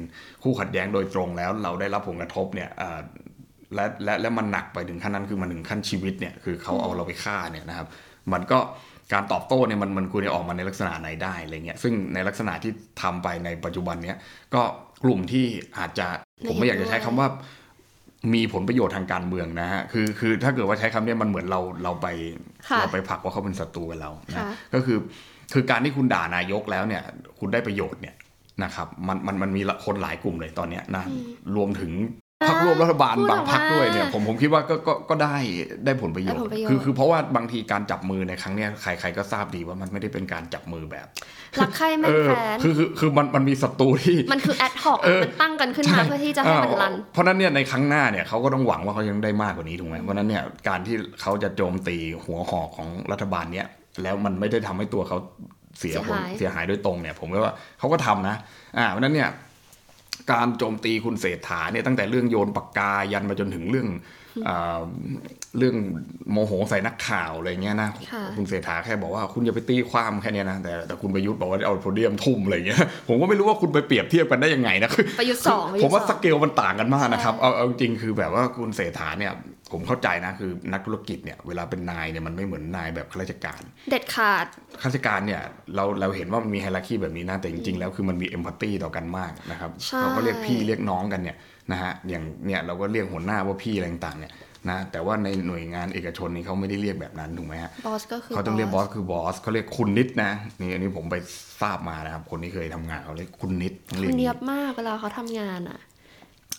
คู่ขัดแย้งโดยตรงแล้ว เราได้รับผลกระทบเนี่ยเอ่อ และและและมันหนักไปถึงขั้นนั้นคือมันถึงขั้นชีวิตเนี่ยคือเขาเอาเราไปฆ่าเนี่ยนะครับ มันก็การตอบโต้เนี่ยมันมันควรจะออกมาในลักษณะไหนได้อะไรเงี้ยซึ่งในลักษณะที่ทำไปในปัจจุบันเนี่ยก็กลุ่มที่อาจจะผมไม่อยากจะใช้คำว่า มีผลประโยชน์ทางการเมืองนะฮะคือคือถ้าเกิดว่าใช้คำเนี้ยมันเหมือนเราเราไป
ค่ะ
เราไปผลักว่าเขาเป็นศัตรูกับเรานะ
ค่ะ
ก็คือคือการที่คุณด่านายกแล้วเนี่ย คุณได้ประโยชน์เนี่ยนะครับมันมันมันมีคนหลายกลุ่มเลยตอนเนี้ยนะรวมถึง พักร่วมรัฐบาล
พูดออกมา
บางพักด้วยเนี่ยผมผมคิดว่าก็ก็ก็ได้ได้ผลประโยชน์
ได้ผลประโยชน์
คือคือเพราะว่าบางทีการจับมือในครั้งเนี้ยใครใครก็ทราบดีว่ามันไม่ได้เป็นการจับมือแบบ
รักใครแม่
เอน อ
แฟน
คือคือคือมันมันมีศัตรูที่
มันคือ ad hoc
เออ
มันตั้งกันขึ้นมาเพื่อที่จะให้มันรัน
เออเพราะฉะนั้นเนี่ยในครั้งหน้าเนี่ยเขาก็ต้องหวังว่าเขายังได้มากกว่านี้ถูกไหมเพราะฉะนั้นเนี่ยการที่เขาจะโจมตีหัวหอกของรัฐบาลเนี่ยแล้วมันไม่ได้ทำให้ตัวเขาเสียผล
เสียหาย
เสียหายโดยตรงเนี่ย ผมก็ว่าเขาก็ทำนะอ่าเพราะฉะนั้นเนี่ยการโจมตีคุณเศรษฐาเนี่ยตั้งแต่เรื่องโยนปากกายันมาจนถึงเรื่องอ่าเรื่องโมโหใส่นักข่าวอะไรเงี้ยนะ
ค่ะ
คุณเศรษฐาแค่บอกว่าคุณอย่าไปตีความแค่เนี้ยนะแต่แต่คุณประยุทธ์บอกว่าเอาโพเดียมทุ่มอะไรเงี้ยผมก็ไม่รู้ว่าคุณไปเปรียบเทียบกันได้ยังไงนะ [LAUGHS] คือ
ประยุทธ์สอง
ผมว่า
ป
ส
ระยุทธ์สอง
เกลมันต่างกันมากนะครับ เอาเอาจริงๆคือแบบว่าคุณเศรษฐาเนี่ย ผมเข้าใจนะคือนักธุรกิจเนี่ยเวลาเป็นนายเนี่ยมันไม่เหมือนนายแบบข้าราชการ
เด็ดขาด
ข้าราชการเนี่ยเราเราเห็นว่ามันมีไฮรักีแบบนี้นะแต่จริงๆ แล้วคือมันมีเอมพัตตีต่อกันมากนะครับ
ใช่
เราก็เรียกพี่เรียกน้องกันเนี่ยนะฮะอย่างเนี่ยเราก็เรียกหัวหน้าว่าพี่อะไรต่างๆเนี่ยนะแต่ว่าในหน่วยงานเอกชนนี่เขาไม่ได้เรียกแบบนั้นถูกไหมฮะ
บอสก็คือ
เขาต้องเรียกบอสคือบอสเขาเรียกคุณนิดนะนี่อันนี้ผมไปทราบมานะครับ คนที่เคยทำงานเขาเรียกคุณนิดต้องเรียกอ
เนี
ย่าง
ย
นี้
บมากเวลาเขาทำงานอ่ะ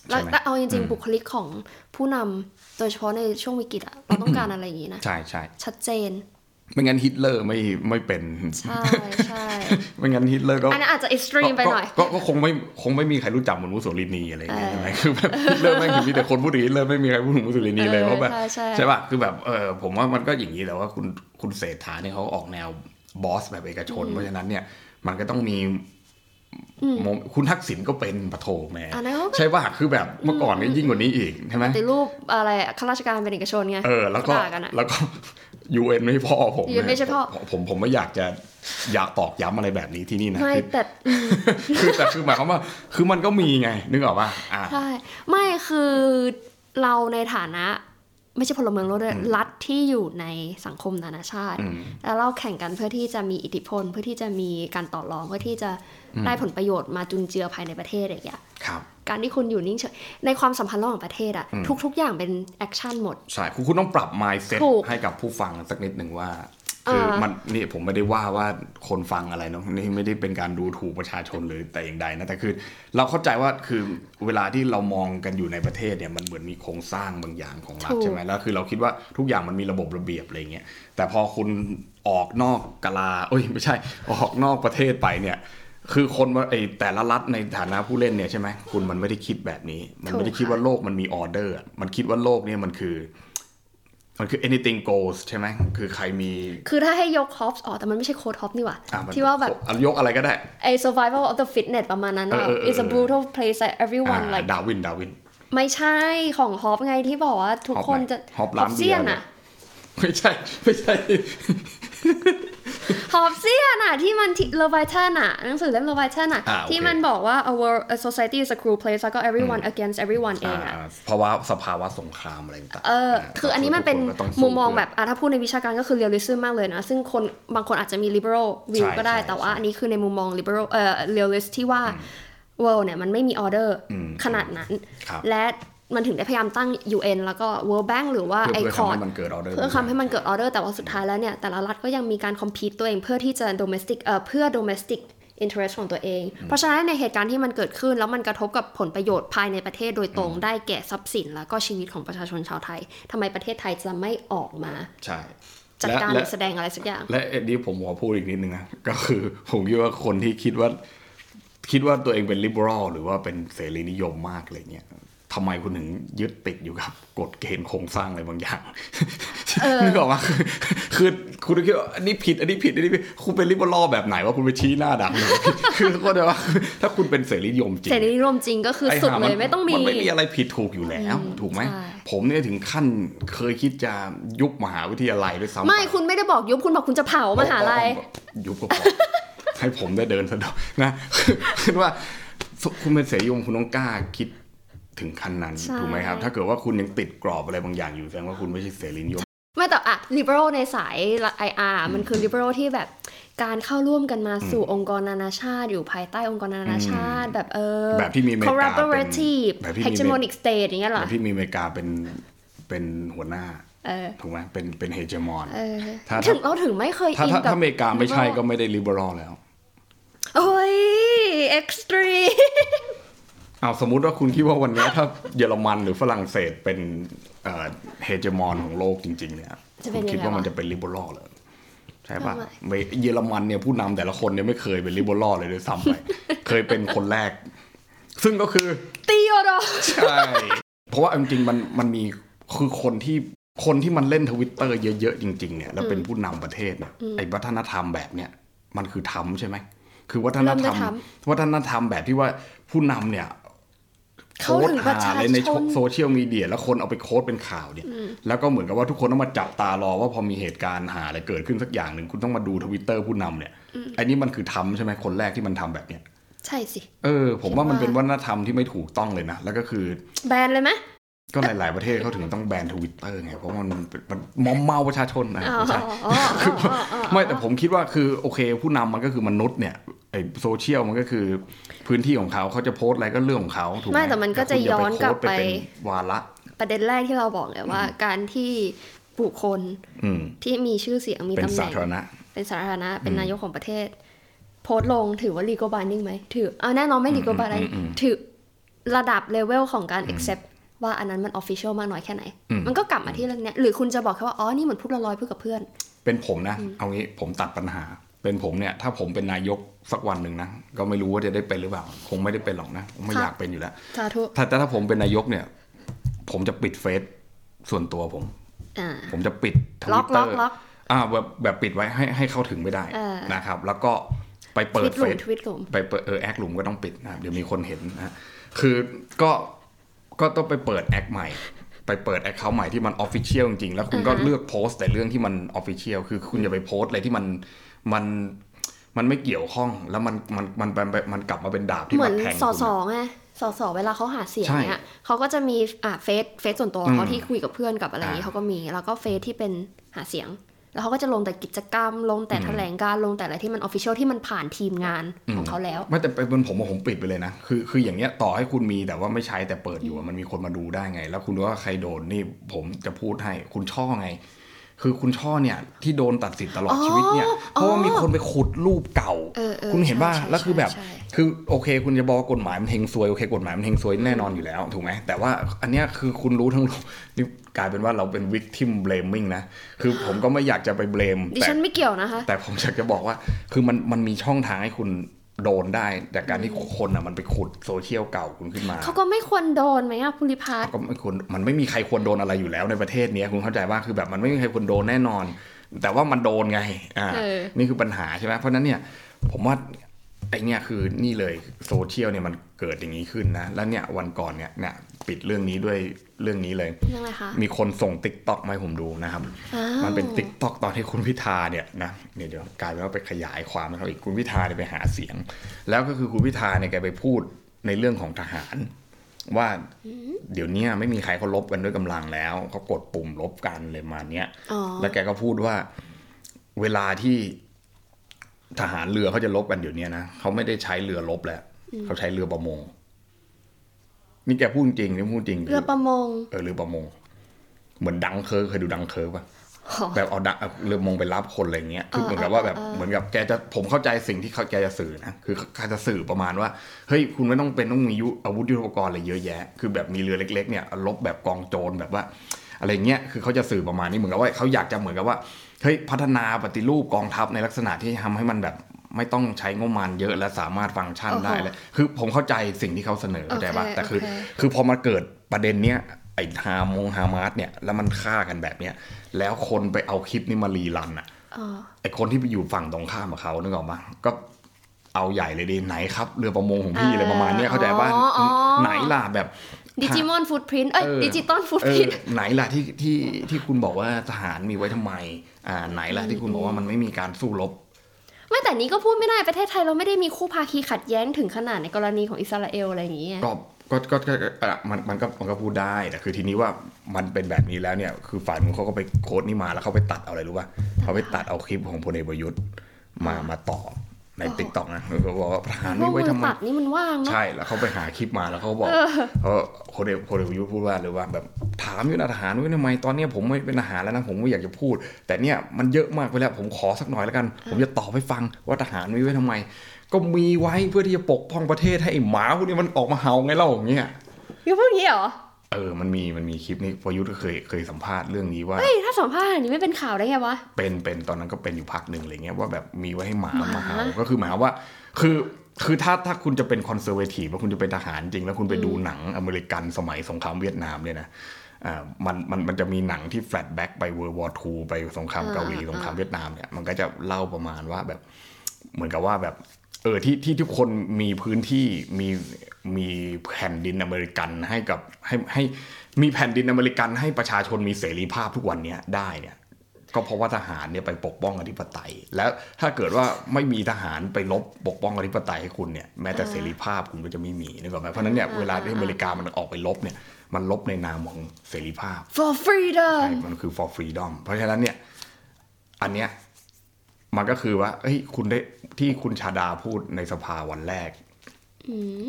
แล้ว
ใช่ไหม
แต่เอาจริง
อืม
ๆบุคลิกของผู้นำโดยเฉพาะในช่วงวิกฤตอะเราต้องการอะไรอย่างนี้นะ
ใช่ใช่
ชัดเจน
ไม่งั้นฮิตเลอร์ไม่ไม่เป็น [LAUGHS]
ใช่ใช่
ไม่งั้นฮิตเลอร์ก็
อันนั้นอาจจะเอ็กซ์ตรีมไปหน่อย
ก็ก็ก็คงไม่คงไม่มีใครรู้จักเหมือนมุสโสลินีอะไรอย่างเงี้ย
เออ
ใช่ไหมคือแบบฮิตเลอร์แม่งถึงมีแต่คนพูดถึงฮิตเลอร์ไม่มีใครพูดถึงมุสโสลินีเลย
เออ
เพราะแบบ
ใช่ใช่
ใช่ป่ะคือแบบเออผมว่ามันก็อย่างนี้แต่ว่าคุณคุณเศรษฐาเนี่ยเขาออกแนวบอสแบบเอกชน เพราะฉะนั้นเนี่ยมันก็ต้องมีโมเมนต์คุณทักษิณก็เป็นปะโทแม่
อันนั้นเขาก็
ใช่ป่ะคือแบบเมื่อก่อนก็ยิ่งกว่านี้อีกใช่ไหม
ปฏิรูปอะไรอะข้าราชการเป็นเอกชนไง
เออแล้วก็
ด่ากันอะ
แล้วก็ [LAUGHS] ยูเอ็นไม่พ่อผม
UN ไม่ใช่พ่อ
ผมผมผมไม่อยากจะอยากตอกย้ำอะไรแบบนี้ที่นี่นะ
ไม่
คือ
แต่อืม
คือแต่คือหมายความว่า คือมันก็มีไง นึกออกป่ะอ่า
ใช่ไม่คือเราในฐานะ ไม่ใช่พลเมืองโลกด้วย
อืม
รัฐที่อยู่ในสังคมนานาชาติ แล้วเราแข่งกันเพื่อที่จะมีอิทธิพล เพื่อที่จะมีการต่อรองเพื่อที่จะได้ผลประโยชน์มาจุนเจือภายในประเทศอย่างเงี้ย
ครับ
การที่คุณอยู่นิ่งเฉยในความสัมพันธ์ระหว่างประเทศอะ
อืม
ทุก ๆ อย่างเป็นแอคชั่นหมด
ใช่คุณคุณต้องปรับ mindset
ถูก
ให้กับผู้ฟังสักนิดหนึ่งว่า คือ
เออ
มันนี่ผมไม่ได้ว่าว่าคนฟังอะไรเนาะนี่ไม่ได้เป็นการดูถูกประชาชนหรือแต่อย่างใดนะ แต่คือ เราเข้าใจว่าคือเวลาที่เรามองกันอยู่ในประเทศเนี่ยมันเหมือนมีโครงสร้างบางอย่างของรัฐ
ถูก
ใช่ไหมแล้วคือเราคิดว่าทุกอย่างมันมีระบบระเบียบอะไรเงี้ยแต่พอคุณออกนอกกะลาเอ้ยไม่ใช่ ออกนอกประเทศไปเนี่ย คือคนว่าไอ้แต่ละรัฐในฐานะผู้เล่นเนี่ยใช่ไหมคุณมันไม่ได้คิดแบบนี้ มันไม่ได้คิดว่าโลกมันมีออเดอร์อะมันคิดว่าโลกเนี่ยมันคือ มันคือ anything goes ใช่ไหมคือใครมี
คือถ้าให้ยกฮอปส์ออกแต่มันไม่ใช่โค้ดฮอปนี่หว่า
อ่ะมัน
ที่ว่าแบบ
อ่ะยกอะไรก็ได้
ไอ้ survival of the fitness ประมาณนั้นอะ
เออเออเออ
it's a brutal place that everyone
อ่า
like
ดาวิน ดาวิน
ไม่ใช่ของฮอปไงที่บอกว่าทุก
ฮอปไหน
คนจะ
ฮอปร้านเบียร์
เซียน
เนี่
อะ
ย ไม่ใช่ ไม่ใช่
ฮอปเซียนอะที่มันเลวิทันอะหนังสือเล่มเลวิทันอะ
อ่าโอเค
ที่มันบอกว่า a world a society is a cruel place แล้วก็ everyone against everyone เอ
อ่าง
อะ
เพราะว่าสภาวะสงครามอะไรต่างๆ
เออ
นะ
คืออันนี้มันเป็น
ทุกคก็ต้สู้
มุมมอง
ด้วย
แบบอ่ะถ้าพูดในวิชาการก็คือเรียลลิซึมมากเลยนะ ซึ่งคนบางคนอาจจะมี liberal view
ใช่
ก็ได้
ใช่
แต่ว่า
ใช่
อันนี้คือในมุมมอง liberal เอ่อ realist ที่ว่า world เนี่ยมันไม่มี order
อืม
ขนาดนั้น
ครับ
และมันถึงได้พยายามตั้ง UN แล้วก็ world bank หรือว่า
เพื่
ไอ
อ
คอร์ด
เพื่อทำให้มันเกิด order
เพื่อทำให้มันเกิด order แต่ว่าสุดท้ายแล้วเนี่ย แต่ละรัฐก็ยังมีการ compete ตัวเองเพื่อที่จะ domestic เอ่อเพื่อ domestic interest ของตัวเอง เพราะฉะนั้นในเหตุการณ์ที่มันเกิดขึ้น แล้วมันกระทบกับผลประโยชน์ภายในประเทศโดยตรงได้แก่ทรัพย์สิน แล้วก็ชีวิตของประชาชนชาวไทยทำไมประเทศไทยจะไม่ออกมา
ใช่
จัด
และ
การห
และ
รือแสดงอะไรสักอย่าง
และเอ็ดดี้ผมขอพูดอีกนิดนึงนะ ก็คือผมคิดว่าคนที่คิดว่า คิดว่าตัวเองเป็น liberal หรือว่าเป็นเสรีนิยมมากอะไรเงี้ยทำไมคุณถึงยึดติดอยู่กับกฎเกณฑ์โครงสร้างอะไรบางอย่าง [LAUGHS] นึกออกมาคือคือคุณคิดว่าอันนี้ผิดอันนี้ผิดอันนี้ผิดคุณเป็น liberal แบบไหนว่าคุณไปชี้หน้าด่าคนอื่น [LAUGHS] คือก็ได้ว่าคือถ้าคุณเป็นเสรีนิยมจริง
เสรีนิยมจริงก็คือสุด
ห่า
เลยไม่ต้องมี
มันไม่มีอะไรผิดถูกอยู่แล้ว ถูกไหม
ใช่
ผมเนี่ยถึงขั้นเคยคิดจะยุบมหาวิทยาลัยด้วยซ้ำ
ไม่
ป
คุณไม่ได้บอกยุบคุณบอกคุณจะเผามหาลัย
ยุบก็พอ ให้ผมได้เดินสะดวกนะ [LAUGHS] คือคือว่าคุณเป็นเสรีนิยมคุณต้องกล้าคิดถึงขั้นนั้น
ใช่
ถูกไหมครับ ถ้าเกิดว่าคุณยังติดกรอบอะไรบางอย่างอยู่แสดงว่าคุณไม่ใช่เสรีนิยม
ไม่แต่อะ liberal ในสาย IR มันคือ liberal ที่แบบการเข้าร่วมกันมาสู่องค์กรนานาชาติ อยู่ภายใต้องค์กรนานาชาติ แบบเออ
แบบที่มีอเมริกาเป็น
collaborative
แบบที่มีอเมริกา
hegemonic state อย่างเงี้ย
อ
เหรอย่าง
ที่มีอเมริกาเป็นเป็นหัวหน้า
เออ
ถูกไหมเป็นเป็นเฮเจมอน
เออ
ถ้า
ถึงเราถึงไม่เคย
ถ้า
อิน
ถ้า
กับ
ถ้าอเมริกาไม่ใช่ก็ไม่ได้ลิเบอรัลแล้ว
โอ้ย extreme
เอาสมมุติว่าคุณคิดว่าวันเนี้ยถ้าเยอรมันหรือฝรั่งเศสเป็นเฮเจมอนของโลกจริง ๆ เนี่ย
จะเป็น
คุณคิด
ยังไง
ว่ามัน
วะ
จะเป็นลิเบอรัลเหรอใช่ปะ
ทำไม
ไม่เยอรมันเนี่ยผู้นำแต่ละคนเนี่ยไม่เคยเป็นลิเบอรัลเลยด้วยซ้ำไป เคยเป็นคนแรก ซึ่งก็คือ
ตีโอดอ
ใช่ เพราะว่าเอาจริงๆมันมันมีคือคนที่คนที่มันเล่นทวิตเตอร์เยอะๆจริงๆเนี่ยแล้วเป็นผู้นำประเทศเนี่ยไอ้วัฒนธรรมแบบเนี่ยมันคือทำใช่ไหมคือวัฒนธรรม
เริ่มด้วยท
วัฒนธรรมแบบที่ว่าผู้นำเนี่ย
เขาถึงประชาชน
โพสต์หอะไรในโซเชียลมีเดียแล้วคนเอาไปโค้ดเป็นข่าวเนี่ย แล้วก็เหมือนกับว่าทุกคนต้องมาจับตารอว่าพอมีเหตุการณ์หาอะไรเกิดขึ้นสักอย่างหนึ่งคุณต้องมาดูทวิตเตอร์ผู้นำเนี่ยไอ้นี่มันคือทำใช่ไหมคนแรกที่มันทำแบบเนี้ย
ใช่สิ
เออ ผมว่ามัน
คิดว่า
เป็นวัฒนธรรมที่ไม่ถูกต้องเลยนะแล้วก็คือ
แบนเลยไหม
ก็หลาย ๆ ประเทศเขาถึงต้องแบนทวิตเตอร์ไง เพราะมันเป็นมันมอมเมาประชาชนนะ
อ๋อ
ไม่ใช่
อ๋อ
คือ
อ๋ออ๋อ
ไม่แต่ผมคิดว่าคือโอเคผู้นำมันก็คือมนุษย์เนี่ยไอโซเชียลมันก็คือพื้นที่ของเขาเขาจะโพสต์อะไรก็เรื่องของเขาถูกไหม
ไม่แต่มันก็จะย้อนกลับ
คุณอย่าโพส
ไป
ต์เป็นวาระ
ประเด็นแรกที่เราบอกเลยว่า การที่บุคคล
อืม
ที่มีชื่อเสียงมี
เป็น
ตำแห
สา
น่ง
ธารณะ
เป็นสาธารณะ เป็นนายกของประเทศ โพสต์ลงถือว่า legal binding ไหมถือเอาแน่นอนไม่ legal binding ถือ ระดับเลเวลของการ accept ว่าอันนั้นมัน official มากน้อยแค่ไหน
อืม
มันก็กลับมาที่เรื่องเนี้ยหรือคุณจะบอกแค่ว่า อ๋อ นี่เหมือนพูดลอยๆพูดกับเพื่อน
เป็นผมนะ เอางี้ผมตัดปัญหา เป็นผมเนี่ย ถ้าผมเป็นนายกสักวันหนึ่งนะ ก็ไม่รู้ว่าจะได้เป็นหรือเปล่า คงไม่ได้เป็นหรอกนะ ไม่อยากเป็นอยู่แล้ว
สาธุ
ถ้าแต่ถ้าผมเป็นนายกเนี่ย ผมจะปิดเฟซส่วนตัวผม
อ่า
ผมจะปิดท
ล็
วิ
อก
ตเต
ล็
อ
อก
ร์
ล็อก
อ่าแบบแบบปิดไว้ให้ให้เข้าถึงไม่ได้
เออ
นะครับ แล้วก็ไป
ท
เปิ
วิ
ด
ตห
เฟ
ลุม
ซ
ทวิตหลุม
ไปเปิดเออแอคหลุมก็ต้องปิดนะครับเดี๋ยวมีคนเห็นนะฮะคือก็ก็ต้องไปเปิดแอคใหม่ ไปเปิดแอคเคาท์ใหม่ที่มันออฟฟิเชียลจริงๆ แล้วคุณก็
อ่าฮะ
เลือกโพสต์แต่เรื่องที่มันออฟฟิเชียลคือคุณอย่าไปโพสต์อะไรที่มันมันมันไม่เกี่ยวข้องแล้วมันมันมันมันมันกลับมาเป็นดาบที่
เหมื
มา
อน
แทง
สอ
คุณ
สอ
อะ
ไงสอสอเวลาเขาหาเสียง
ใช่
เนี่ยเขาก็จะมีอ่าเฟซเฟซส่วนตัว
อืม
เขาที่คุยกับเพื่อนกับอะไรอย่างนี้
อ่า
เขาก็มี แล้วก็เฟซที่เป็นหาเสียง แล้วเขาก็จะลงแต่กิจกรรม ลงแต่
อืม
แถลงการณ์ลงแต่อะไรที่มันออฟฟิเชียลที่มันผ่านทีมงาน
อืม
ของเขาแล้ว
ไม่แต่เป็นผมว่าผมปิดไปเลยนะคือคืออย่างเงี้ยต่อให้คุณมีแต่ว่าไม่ใช้แต่เปิดอยู่อะมันมีคนมาดูได้ไง แล้วคุณรู้ว่าใครโดนนี่ผมจะพูดให้คุณช่อไง คือคุณช่อเนี่ยที่โดนตัดสิทธิ์ตลอดชีวิตเนี่ย
อ๋อ
เพราะว่า
อ๋อ
มีคนไปขุดรูปเก่า
เออออ
คุณเห็นป่ะ
ใช่
แล้วคือแบบ
ใช่ใช่
คือโอเค คุณจะบอกว่ากฎหมายมันเฮงซวยโอเคกฎหมายมันเฮงซวยแน่นอนอยู่แล้วถูกไหมแต่ว่าอันเนี้ยคือคุณรู้ทั้งรู้นี่กลายเป็นว่าเราเป็นวิกทิมเบลมิงนะคือผมก็ไม่อยากจะไปเบลม
ดิ
แต่
ฉันไม่เกี่ยวนะคะ
แต่ผมอยากจะบอกว่า คือมันมันมีช่องทางให้คุณโดนได้ จากการที่คนอ่ะมันไปขุดโซเชียลเก่าคุณขึ้นมา
เขาก็ไม่ควรโดนไหมอะภูริพัฒน์
ก็ไม่ควรมันไม่มีใครควรโดนอะไรอยู่แล้วในประเทศเนี้ยคุณเข้าใจว่าคือแบบมันไม่มีใครควรโดนแน่นอน แต่ว่ามันโดนไง อ่า
เออ
นี่คือปัญหาใช่ไหมเพราะฉะนั้นเนี่ยผมว่าไอเนี่ยคือนี่เลยโซเชียลเนี่ยมันเกิดอย่างนี้ขึ้นนะ แล้วเนี่ยวันก่อนเนี่ยเนี่ยปิดเรื่องนี้ด้วยเรื่องนี้เลย
ยังไงคะ
มีคนส่งติ๊กต็อกมาให้ผมดูนะครับ
อ้าว
มันเป็นติ๊กตอกตอนที่คุณพิธาเนี่ยนะเดี๋ยวเดี๋ยวกลายเป็นว่าไปขยายความให้เขาอีกคุณพิธาเนี่ยไปหาเสียง แล้วก็คือคุณพิธาเนี่ยแกไปพูดในเรื่องของทหาร ว่าเดี๋ยวเนี้ยไม่มีใครเขาลบกันด้วยกำลังแล้วเขากดปุ่มลบกันเลยมาเนี้ย
อ๋อ
แล้วแกก็พูดว่าเวลาที่ทหารเรือเขาจะลบกันเดี๋ยวเนี้ยนะเขาไม่ได้ใช้เรือลบแล้วเขาใช้เรือประมงนี่แกพูดจริงนี่พูดจริงคื
เรือประมง
เออเรือประมง เหมือนดังเคิร์กเคยดูดังเคิร์กปะ
อ๋อ
แบบเอาดักเอาเรือมงไปรับคนอะไรเงี้ยคือ
เออ
เหมือนกับว่าแบบ
เออเออ
เหมือนกับแกจะผมเข้าใจสิ่งที่เขาแกจะสื่อนะคือแกจะสื่อประมาณว่าเฮ้ยคุณไม่ต้องเป็นต้องมียุอาวุธยุทโธปกรณ์อะไรเยอะแยะ คือแบบมีเรือเล็ก ๆเนี่ยลบแบบกองโจรแบบว่า อะไรเงี้ยคือเขาจะสื่อประมาณนี้เหมือนกับว่าเขาอยากจะเหมือนกับว่าเฮ้ยพัฒนาปฏิรูปกองทัพในลักษณะที่ทำให้มันแบบไม่ต้องใช้งบประมาณเยอะและสามารถฟังก์ชันได้เลยคือผมเข้าใจสิ่งที่เขาเสนอเข้าใจป่ะแต่คือ
โอเค
คือพอมาเกิดประเด็นเนี้ยไอ้ฮามงฮามาสเนี่ยแล้วมันฆ่ากันแบบเนี้ยแล้วคนไปเอาคลิปนี้มารีรันอะ
อ๋อ
ไอ้คนที่ไปอยู่ฝั่งตรงข้ามกับเขานึกออกปะก็เอาใหญ่เลยดีไหนครับ เรือประมงของพี่อะไรประมาณเนี้ยเข้าใจป่ะไหนล่ะแบบ
ดิจิมอนฟูดพิ้นเอ้ย
เออ
ดิจิตอลฟูด
เอ
พิ้
อน ไหนล่ะที่ที่ที่คุณบอกว่าทหารมีไว้ทำไม อ่าไหนล่ะที่คุณบอกว่ามันไม่มีการสู้รบ
ไม่แต่นี้ก็พูดไม่ได้ประเทศไทยเราไม่ได้มีคู่ภาคีขัดแย้งถึงขนาดในกรณีของอิสราเอลอะไรอย่างนี้ไง
ก็ก็ก็ก็เอ่อมันมันก็มันก็พูดได้แต่คือทีนี้ว่ามันเป็นแบบนี้แล้วเนี่ยคือฝ่ายมึงเขาก็ไปโค้ดนี่มาแล้วเขาไปตัดเอาอะไรรู้ป่ะเขาไปตัดเอาคลิปของพลเอกประยุทธ์มามาต่อใน
โอ้โห
ติ๊กต็อกนะเขาบอกว่าทหาร
พว
นี่
ก
ไว้
มือ
ทำไม
ตัดนี่มันว่างเนาะ
ใช่แล้วเขาไปหาคลิปมาแล้วเขาบอกเขาพลเอกพลเอกประยุทธ์พูดว่าหรือว่าแบบถามอยู่นะทหารไว้ทำไมตอนเนี้ยผมไม่เป็นทหารแล้วนะผมไม่อยากจะพูด แต่เนี่ยมันเยอะมากไปแล้วผมขอสักหน่อยแล้วกัน ผมจะตอบให้ฟังว่าทหารมีไว้ทำไม ก็มีไว้เพื่อที่จะปกป้องประเทศให้ไอ้หมาพวกนี้มันออกมาเห่าไงเล่าอย่างเงี้ย
มีพวกนี้เหรอ
เออ มันมี มันมีคลิปนี้ประยุทธ์ก็เคย เคยสัมภาษณ์เรื่องนี้ว่า
เฮ้ย ถ้าสัมภาษณ์อย่างนี้ไม่เป็นข่าวได้ไงวะ
เป็น เป็น ตอนนั้นก็เป็นอยู่พักหนึ่งอะไรเงี้ย ว่าแบบมีไว้ให้หมา
หมา
มาเห่าก็คือหมายความว่า คือ คือถ้า ถ้าคุณจะเป็นคอนเซอร์เวทีฟแล้วคุณจะเป็นทหารจริง แล้วคุณไปดูหนังอเมริกันสมัยสงครามเวียดนามเนี่ยนะ อ่า มัน มัน มันจะมีหนังที่แฟลชแบ็กไปเวอร์วอร์ทูไปสงครามเกาหลี สงครามเวียดนามเนี่ย มันก็จะเล่าประมาณว่าแบบ เหมือนกับว่าแบบ เออ ที่ ที่ทุกคนมีพื้นที่ มี มีแผ่นดินอเมริกันให้กับ ให้ ให้ มีแผ่นดินอเมริกันให้ประชาชนมีเสรีภาพทุกวันเนี้ยได้เนี่ย ก็เพราะว่าทหารเนี่ยไปปกป้องอธิปไตย แล้วถ้าเกิดว่าไม่มีทหารไปลบปกป้องอธิปไตยให้คุณเนี่ยแม้แต่เสรีภาพคุณก็จะไม่มีนึกออกไหมเพราะฉะนั้นเนี่ยเวลาที่อเมริกามันออกไปลบเนี่ยมันลบในนามของเสรีภาพ
for freedom
ใช่ มันคือ for freedom เพราะฉะนั้นเนี่ย อันเนี้ย มันก็คือว่าเฮ้ย คุณได้ที่คุณชาดาพูดในสภาวันแรก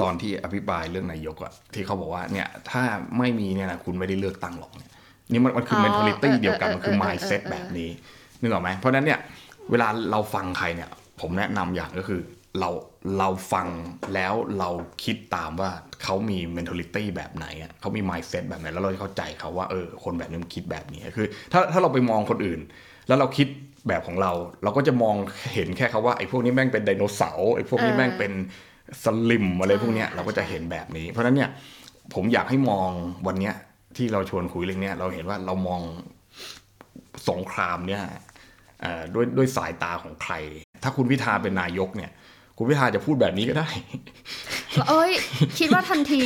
ตอนที่อภิปรายเรื่องนายกอะที่เขาบอกว่าเนี่ย ถ้าไม่มีเนี่ยนะคุณไม่ได้เลือกตั้งหรอกเนี่ยนี่มันมันคือ
อ๋อ
mentality
เออ
เดียวกัน
เออ
มันคือ
เออเออ
mindset
เออ
แบบนี้นึกออกไหมเพราะฉะนั้นเนี่ย เวลาเราฟังใครเนี่ย ผมแนะนำอย่างก็คือ เราเราฟังแล้วเราคิดตามว่าเขามี mentality แบบไหนอะเขามี mindset แบบไหน แล้วเราจะเข้าใจเขาว่าเออคนแบบนี้มันคิดแบบนี้คือ ถ้าถ้าเราไปมองคนอื่น แล้วเราคิดแบบของเรา เราก็จะมองเห็นแค่เขาว่าไอ้พวกนี้แม่งเป็นไดโนเสาร์ไอ้พวกนี้
เออ
แม่งเป็นสลิมอะไรพวกเนี้ยเราก็จะเห็นแบบนี้ เพราะฉะนั้นเนี่ยผมอยากให้มองวันเนี้ยที่เราชวนคุยเรื่องเนี้ยเราเห็นว่าเรามอง สงครามเนี่ยเอ่อด้วยด้วยสายตาของใคร ถ้าคุณพิธาเป็นนายกเนี่ย คุณพิธาจะพูดแบบนี้ก็ได้
เอ้ย คิดว่าทันที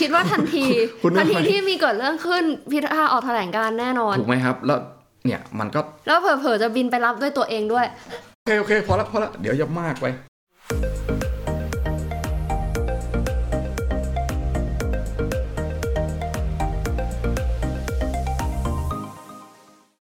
คิดว่าทันที
คุณ
ทัน
ทำ
ที
ไม
ที่มีเกิดเรื่องขึ้นพิธาออกแถลงการณ์แน่นอน
[LAUGHS] ถูกไหมครับ แล้วเนี่ยมันก็
แล้วเผลอๆจะบินไปรับด้วยตัวเองด้วย
โอเคโอเคพอละพอละเดี๋ยวจะมากไป